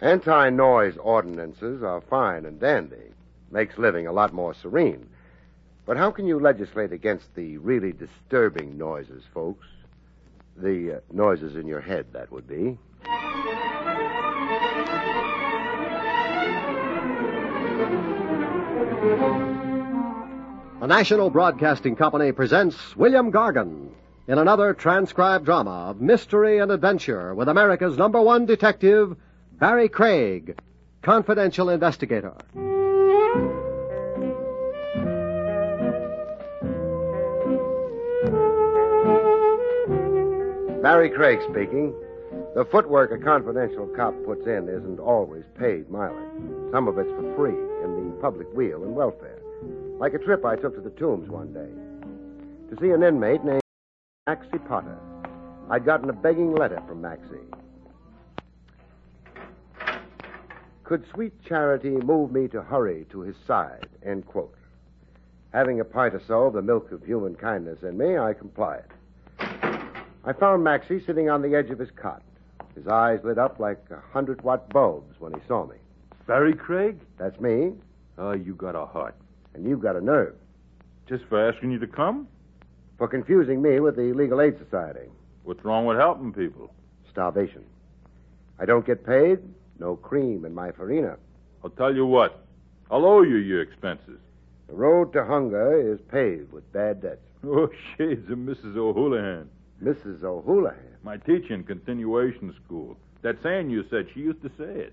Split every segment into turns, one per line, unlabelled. Anti noise ordinances are fine and dandy, makes living a lot more serene. But how can you legislate against the really disturbing noises, folks? The uh, noises in your head, that would be.
The National Broadcasting Company presents William Gargan in another transcribed drama of mystery and adventure with America's number one detective, Barry Craig, confidential investigator.
Barry Craig speaking. The footwork a confidential cop puts in isn't always paid mileage. Some of it's for free in the public weal and welfare. Like a trip I took to the tombs one day to see an inmate named Maxie Potter. I'd gotten a begging letter from Maxie. Could sweet charity move me to hurry to his side? End quote. Having a pint or so of the milk of human kindness in me, I complied. I found Maxie sitting on the edge of his cot. His eyes lit up like a hundred watt bulbs when he saw me.
Barry Craig?
That's me,
Oh, you got a heart.
and you've got a nerve
Just for asking you to come?
for confusing me with the Legal Aid Society.
What's wrong with helping people?
Starvation. I don't get paid, no cream in my farina.
I'll tell you what. I'll owe you your expenses.
The road to hunger is paved with bad debts.
Oh, shades of Mrs. O'Houlihan.
Mrs. O'Houlihan,
My teacher in continuation school. That saying you said, she used to say it.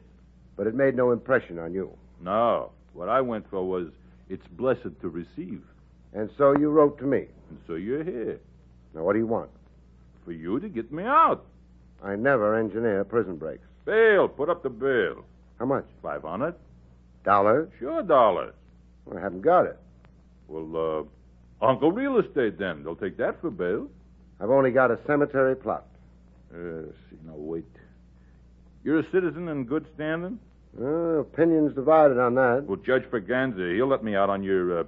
but it made no impression on you.
No, what I went for was, it's blessed to receive.
And so you wrote to me.
And so you're here.
Now, what do you want?
For you to get me out.
I never engineer prison breaks.
Bail, put up the bail.
How much?
Five hundred?
Dollars?
Sure, dollars.
I haven't got it.
Well, uh, Uncle Real Estate then. They'll take that for bail.
I've only got a cemetery plot.
Uh, see, now wait. You're a citizen in good standing?
Uh, opinions divided on that.
Well, Judge Paganza, he'll let me out on your, uh,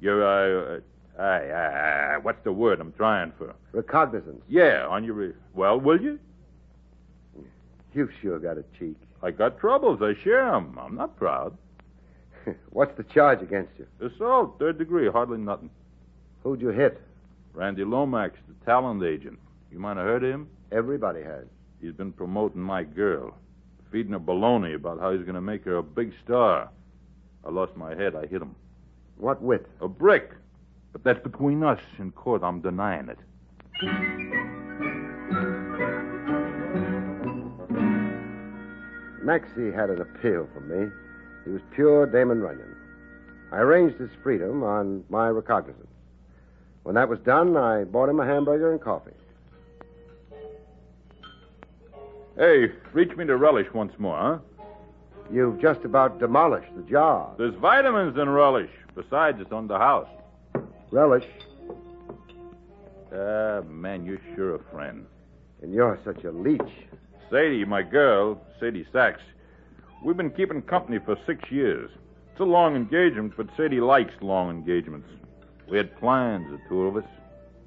your, uh, uh, aye, aye, aye, what's the word I'm trying for?
Recognizance.
Yeah, on your, uh, well, will you?
You've sure got a cheek.
I got troubles. I share 'em. I'm not proud.
What's the charge against you?
Assault, third degree, hardly nothing.
Who'd you hit?
Randy Lomax, the talent agent. You might have heard of him?
Everybody has.
He's been promoting my girl, feeding her baloney about how he's going to make her a big star. I lost my head. I hit him.
What with?
A brick. But that's between us. In court, I'm denying it.
Maxie had an appeal for me. He was pure Damon Runyon. I arranged his freedom on my recognizance. When that was done, I bought him a hamburger and coffee.
Hey, reach me the relish once more, huh?
You've just about demolished the jar.
There's vitamins in relish. Besides, it's on the house.
Relish,
Ah, man, you're sure a friend.
and you're such a leech.
Sadie, my girl, Sadie Sachs, we've been keeping company for six years. It's a long engagement, but Sadie likes long engagements. We had plans, the two of us.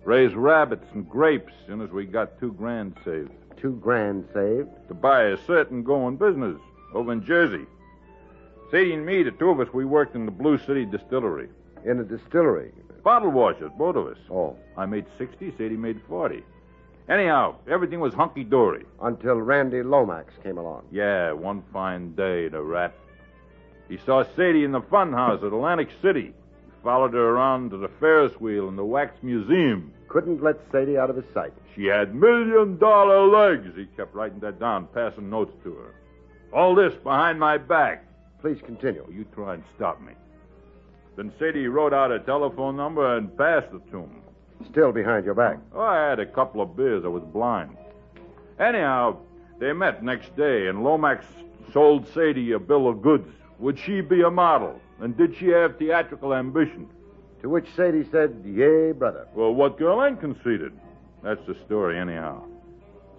Raise rabbits and grapes soon as we got two grand saved.
Two grand saved.
to buy a certain going business over in Jersey. Sadie and me, the two of us, we worked in the Blue City Distillery.
In a distillery.
Bottle washers, both of us.
Oh,
I made 60, Sadie made 40. Anyhow, everything was hunky dory.
Until Randy Lomax came along.
Yeah, one fine day, the rat. He saw Sadie in the fun house at Atlantic City. He followed her around to the Ferris wheel in the Wax Museum.
Couldn't let Sadie out of his sight.
She had million dollar legs. He kept writing that down, passing notes to her. All this behind my back.
Please continue.
You try and stop me. Then Sadie wrote out a telephone number and passed it to him.
Still behind your back.
Oh, I had a couple of beers. I was blind. Anyhow, they met next day, and Lomax sold Sadie a bill of goods. Would she be a model? And did she have theatrical ambition?
To which Sadie said, Yea, brother.
Well, what girl ain't conceited? That's the story, anyhow.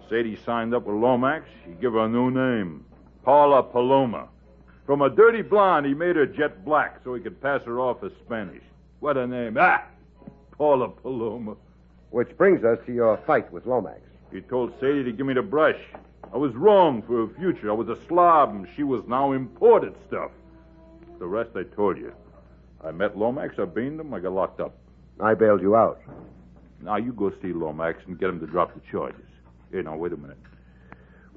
Sadie signed up with Lomax. He gave her a new name, Paula Paloma. From a dirty blonde, he made her jet black so he could pass her off as Spanish. What a name. Ah! Paula Paloma.
Which brings us to your fight with Lomax.
He told Sadie to give me the brush. I was wrong for her future. I was a slob, and she was now imported stuff. The rest I told you. I met Lomax, I beamed him, I got locked up.
I bailed you out.
Now you go see Lomax and get him to drop the charges. Here, now, wait a minute.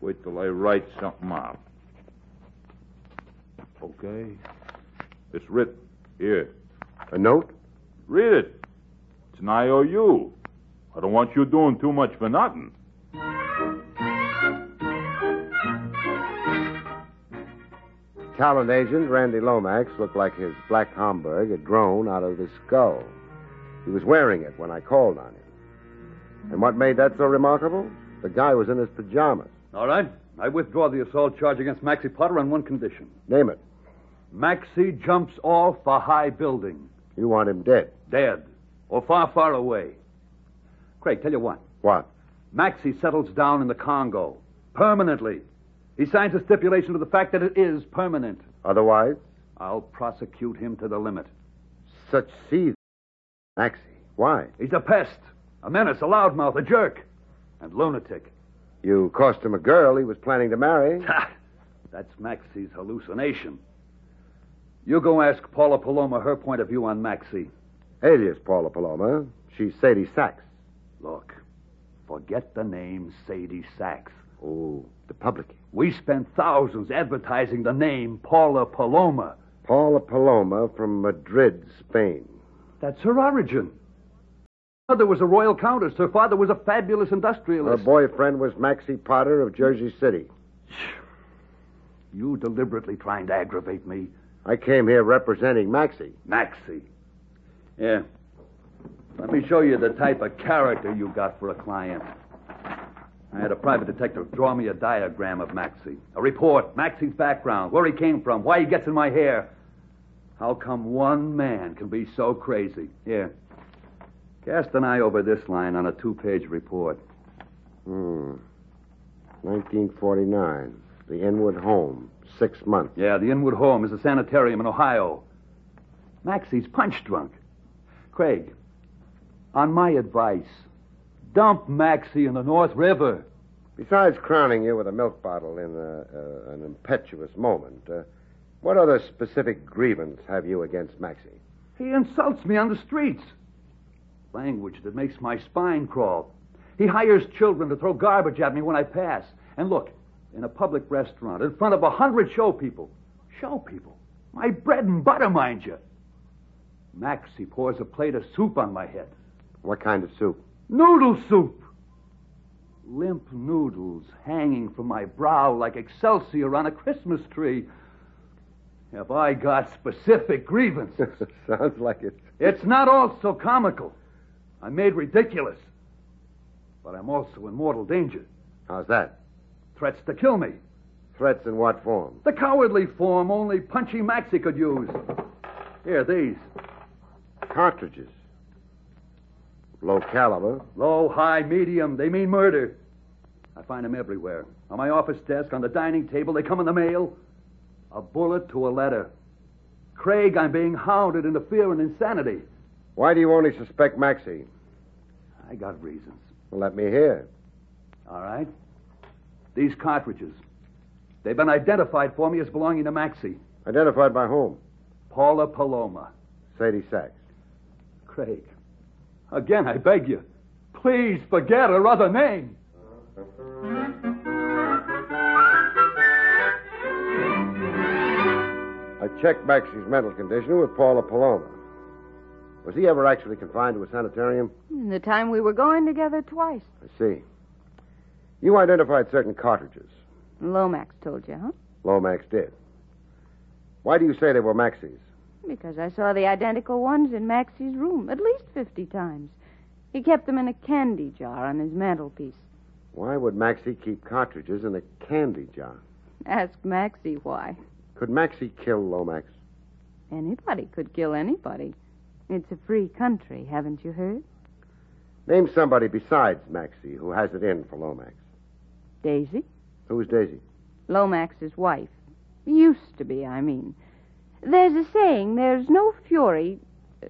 Wait till I write something out. Okay. It's written. Here.
A note?
Read it. It's an IOU. I don't want you doing too much for nothing.
Talent agent Randy Lomax looked like his black Homburg had grown out of his skull. He was wearing it when I called on him. And what made that so remarkable? The guy was in his pajamas.
All right. I withdraw the assault charge against Maxie Potter on one condition.
Name it.
Maxie jumps off a high building,
You want him dead.
dead, or far, far away. Craig, tell you what.
What?
Maxie settles down in the Congo permanently. He signs a stipulation to the fact that it is permanent.
Otherwise,
I'll prosecute him to the limit.
such seething. Maxie, why?
He's a pest, a menace, a loudmouth, a jerk, and lunatic.
You cost him a girl he was planning to marry.
Ha! That's Maxie's hallucination. You go ask Paula Paloma her point of view on Maxie.
Alias Paula Paloma. She's Sadie Sachs.
Look, forget the name Sadie Sachs.
Oh, the public.
We spent thousands advertising the name Paula Paloma.
Paula Paloma from Madrid, Spain.
That's her origin. Her mother was a royal countess. Her father was a fabulous
Her
industrialist.
boyfriend was Maxie Potter of Jersey City.
You deliberately trying to aggravate me,
I came here representing Maxie.
Maxie. Yeah. Let me show you the type of character you got for a client. I had a private detective draw me a diagram of Maxie, a report, Maxie's background, where he came from, why he gets in my hair. How come one man can be so crazy? Here. Cast an eye over this line on a two page report.
Hmm. 1949. The Inwood home. Six months.
Yeah, the Inwood home is a sanitarium in Ohio. Maxie's punch drunk. Craig, on my advice, dump Maxie in the North River.
Besides crowning you with a milk bottle in a, uh, an impetuous moment, uh, what other specific grievance have you against Maxie?
He insults me on the streets. Language that makes my spine crawl. He hires children to throw garbage at me when I pass. And look, in a public restaurant, in front of a hundred show people. Show people? My bread and butter, mind you. Maxie pours a plate of soup on my head.
What kind of soup?
Noodle soup! Limp noodles hanging from my brow like Excelsior on a Christmas tree. Have I got specific grievances?
Sounds like it.
it's not all so comical. I'm made ridiculous. But I'm also in mortal danger.
How's that?
Threats to kill me.
Threats in what form?
The cowardly form only Punchy Maxie could use. Here, these.
Cartridges. Low caliber.
Low, high, medium, they mean murder. I find them everywhere. On my office desk, on the dining table, they come in the mail. A bullet to a letter. Craig, I'm being hounded into fear and insanity.
Why do you only suspect Maxie?
I got reasons.
Well, let me hear.
All right? These cartridges. They've been identified for me as belonging to Maxie,
Identified by whom?
Paula Paloma.
Sadie Sachs.
Craig. Again, I beg you. Please forget her other name.
I checked Maxie's mental condition with Paula Paloma. Was he ever actually confined to a sanitarium?
In the time we were going together twice.
I see. You identified certain cartridges.
Lomax told you, huh?
Lomax did. Why do you say they were Maxie's?
Because I saw the identical ones in Maxie's room at least 50 times. He kept them in a candy jar on his mantelpiece.
Why would Maxie keep cartridges in a candy jar?
Ask Maxie why.
Could Maxie kill Lomax?
Anybody could kill anybody. It's a free country, haven't you heard?
Name somebody besides Maxie who has it in for Lomax.
Daisy,
Who's Daisy?
Lomax's wife. Used to be, I mean. There's a saying, there's no fury.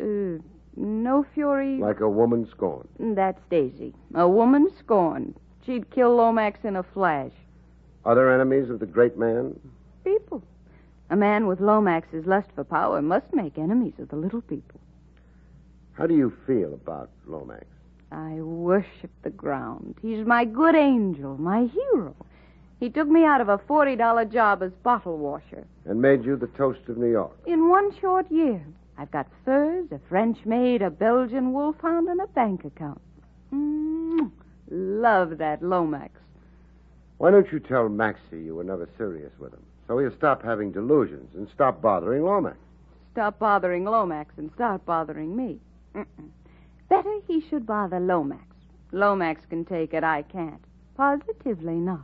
Uh, no fury.
Like a woman scorned.
That's Daisy. A woman scorned. She'd kill Lomax in a flash.
Other enemies of the great man?
People. A man with Lomax's lust for power must make enemies of the little people.
How do you feel about Lomax?
I worship the ground. He's my good angel, my hero. He took me out of a $40 job as bottle washer.
And made you the toast of New York.
In one short year, I've got furs, a French maid, a Belgian wolfhound, and a bank account. Mm, love that Lomax.
Why don't you tell Maxie you were never serious with him? So he'll stop having delusions and stop bothering Lomax.
Stop bothering Lomax and start bothering me. Mm-mm. Better he should bother Lomax. Lomax can take it, I can't. Positively not.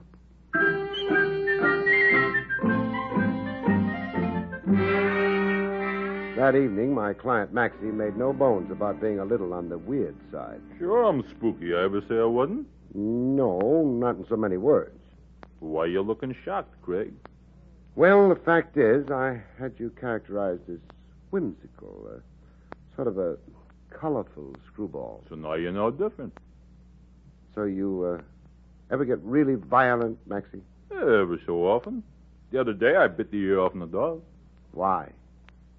That evening, my client Maxie made no bones about being a little on the weird side.
Sure, I'm spooky. I ever say I wasn't.
No, not in so many words.
Why you looking shocked, Craig?
Well, the fact is, I had you characterized as whimsical, uh, sort of a colorful screwball.
So now you're no different.
So you uh, ever get really violent, Maxie?
Every so often. The other day I bit the ear off in the dog.
Why?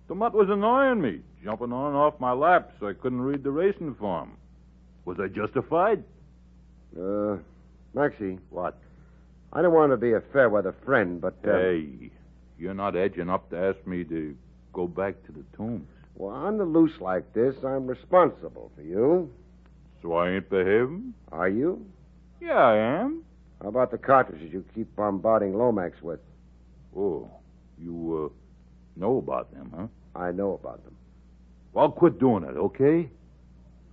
The mutt was annoying me, jumping on and off my lap so I couldn't read the racing form. Was I justified?
Uh, Maxie,
What?
I don't want to be a fair weather friend, but uh,
Hey, you're not edging up to ask me to go back to the tombs.
well, on the loose like this, I'm responsible for you.
So I ain't behaving?
Are you?
Yeah, I am.
How about the cartridges you keep bombarding Lomax with?
Oh, you uh, know about them, huh?
I know about them.
Well, quit doing it, okay?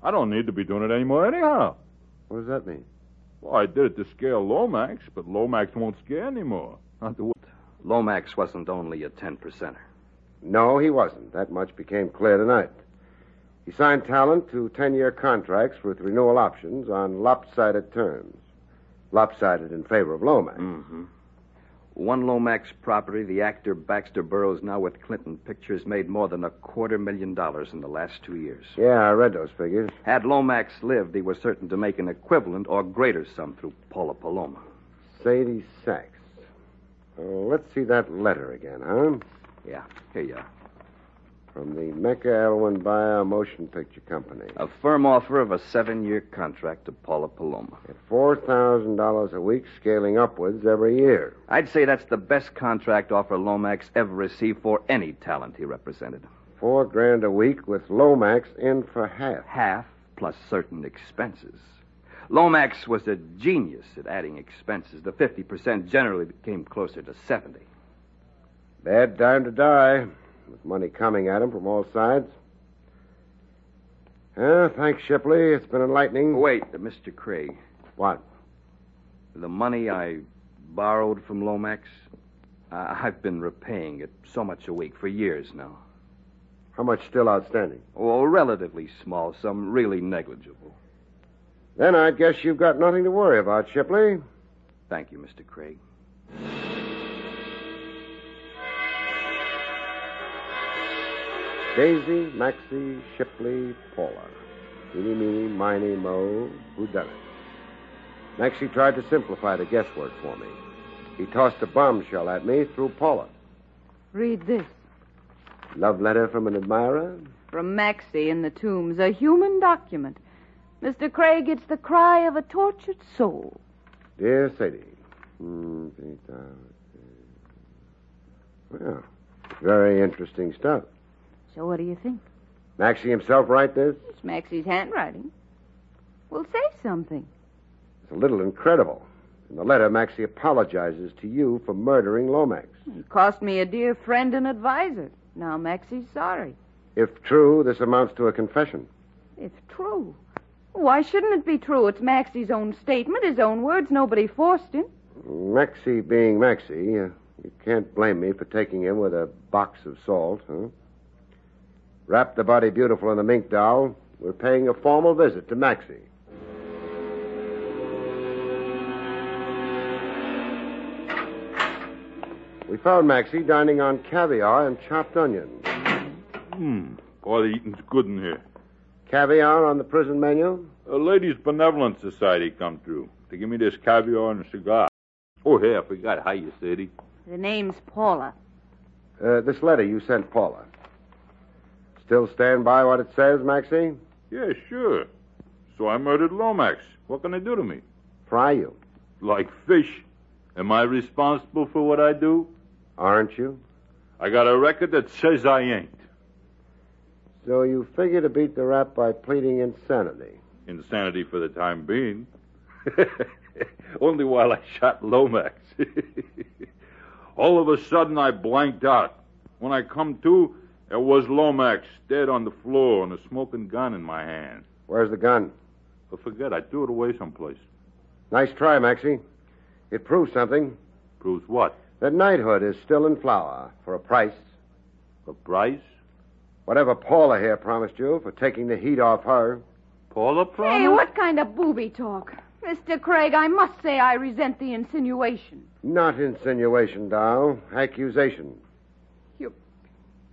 I don't need to be doing it anymore, anyhow.
What does that mean?
Well, I did it to scare Lomax, but Lomax won't scare anymore. Not the way.
Lomax wasn't only a 10 percenter.
No, he wasn't. That much became clear tonight. He signed Talent to 10 year contracts with renewal options on lopsided terms. Lopsided in favor of Lomax.
One Lomax property, the actor Baxter Burroughs, now with Clinton Pictures, made more than a quarter million dollars in the last two years.
Yeah, I read those figures.
Had Lomax lived, he was certain to make an equivalent or greater sum through Paula Paloma.
Sadie Sachs. Oh, let's see that letter again, huh?
Yeah, here you are.
From the Mecca Elwin Bayer Motion Picture Company.
A firm offer of a seven year contract to Paula Paloma.
At $4,000 a week, scaling upwards every year.
I'd say that's the best contract offer Lomax ever received for any talent he represented.
Four grand a week with Lomax in for half.
Half plus certain expenses. Lomax was a genius at adding expenses. The 50% generally became closer to 70.
Bad time to die, with money coming at him from all sides. Uh, thanks, Shipley. It's been enlightening.
Wait, Mr. Craig.
What?
The money I borrowed from Lomax, I I've been repaying it so much a week for years now.
How much still outstanding?
Oh, a relatively small sum, really negligible.
Then I guess you've got nothing to worry about, Shipley.
Thank you, Mr. Craig.
Daisy, Maxie, Shipley, Paula. Eeny, meeny, miny, mo, who done it? Maxie tried to simplify the guesswork for me. He tossed a bombshell at me through Paula.
Read this.
Love letter from an admirer?
From Maxie in the tombs, a human document. Mr. Craig, it's the cry of a tortured soul.
Dear Sadie. Hmm, Peter, uh, Well, very interesting stuff.
So what do you think?
Maxie himself write this?
It's Maxie's handwriting. Well, say something.
It's a little incredible. In the letter, Maxie apologizes to you for murdering Lomax.
It cost me a dear friend and advisor. Now Maxie's sorry.
If true, this amounts to a confession.
It's true. Why shouldn't it be true? It's Maxie's own statement, his own words. Nobody forced him.
Maxie being Maxie, uh, you can't blame me for taking him with a box of salt, huh? Wrap the body beautiful in a mink doll. We're paying a formal visit to Maxie. We found Maxie dining on caviar and chopped onion.
Hmm. All the eating's good in here.
Caviar on the prison menu?
A ladies' benevolent society come through to give me this caviar and a cigar. Oh, hey, I forgot how you said it.
The name's Paula.
Uh, this letter you sent Paula. Still stand by what it says, Maxie?
Yeah, sure. So I murdered Lomax. What can they do to me?
Fry you.
Like fish. Am I responsible for what I do?
Aren't you?
I got a record that says I ain't.
So you figure to beat the rap by pleading insanity.
Insanity for the time being. Only while I shot Lomax. All of a sudden, I blanked out. When I come to, there was Lomax dead on the floor and a smoking gun in my hand.
Where's the gun?
I forget, I threw it away someplace.
Nice try, Maxie. It proves something.
Proves what?
That knighthood is still in flower for a price.
The price?
Whatever Paula here promised you for taking the heat off her.
Paula promise?
Hey, what kind of booby talk? Mr. Craig, I must say I resent the insinuation.
Not insinuation, Dow. Accusation.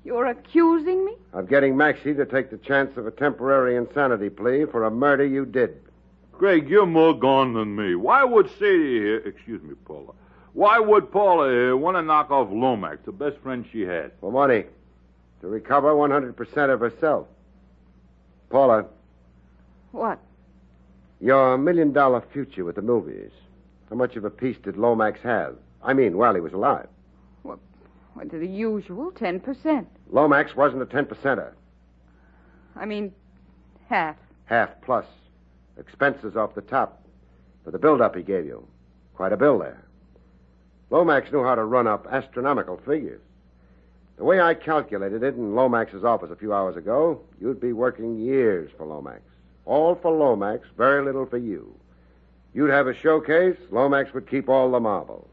You're accusing me?
Of getting Maxie to take the chance of a temporary insanity plea for a murder you did.
Greg, you're more gone than me. Why would Sadie here, excuse me, Paula, why would Paula here want to knock off Lomax, the best friend she had?
For money. To recover 100% of herself. Paula,
What?
Your million dollar future with the movies. How much of a piece did Lomax have? I mean, while he was alive.
What, what the usual 10%.
Lomax wasn't a 10 percenter.
I mean, half.
Half plus. Expenses off the top. For the build-up he gave you. Quite a bill there. Lomax knew how to run up astronomical figures. The way I calculated it in Lomax's office a few hours ago, you'd be working years for Lomax. All for Lomax, very little for you. You'd have a showcase, Lomax would keep all the marbles.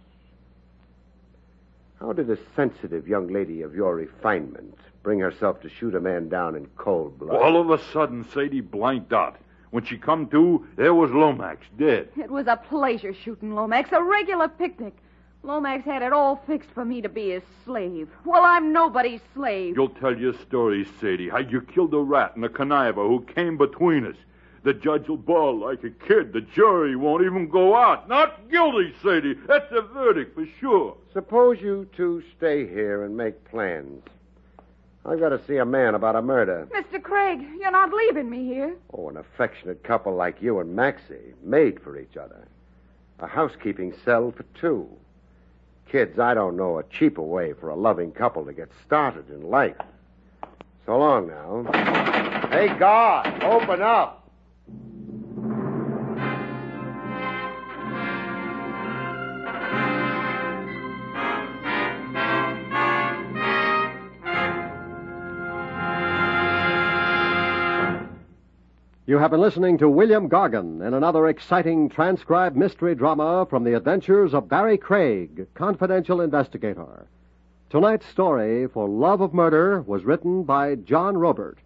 How did a sensitive young lady of your refinement bring herself to shoot a man down in cold blood?
All of a sudden, Sadie blanked out. When she come to, there was Lomax dead.
It was a pleasure shooting Lomax, a regular picnic. Lomax had it all fixed for me to be his slave. Well, I'm nobody's slave.
You'll tell your story, Sadie, how you killed a rat and a conniver who came between us. The judge will bawl like a kid. The jury won't even go out. Not guilty, Sadie. That's the verdict for sure.
Suppose you two stay here and make plans. I've got to see a man about a murder.
Mr. Craig, you're not leaving me here.
Oh, an affectionate couple like you and Maxie, made for each other. A housekeeping cell for two. Kids, I don't know a cheaper way for a loving couple to get started in life. So long now. Hey, God, open up!
You have been listening to William Gargan in another exciting transcribed mystery drama from the adventures of Barry Craig, confidential investigator. Tonight's story, For Love of Murder, was written by John Robert.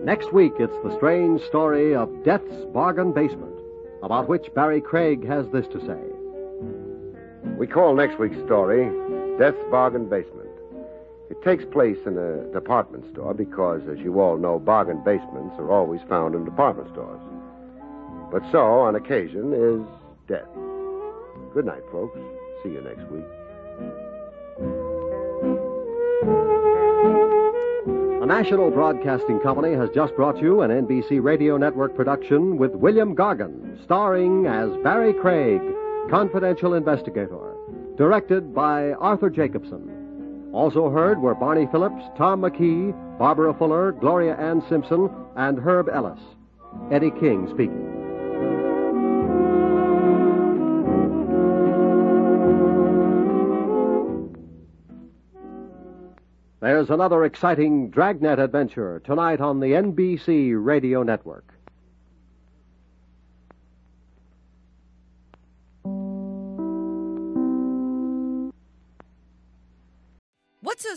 Next week, it's the strange story of Death's Bargain Basement, about which Barry Craig has this to say.
We call next week's story Death's Bargain Basement. It takes place in a department store because, as you all know, bargain basements are always found in department stores. But so, on occasion, is death. Good night, folks. See you next week. National Broadcasting Company has just brought you an NBC Radio Network production with William Gargan, starring as Barry Craig, confidential investigator, directed by Arthur Jacobson. Also heard were Barney Phillips, Tom McKee, Barbara Fuller, Gloria Ann Simpson, and Herb Ellis. Eddie King speaking. There's another exciting Dragnet adventure tonight on the NBC Radio Network.
What's so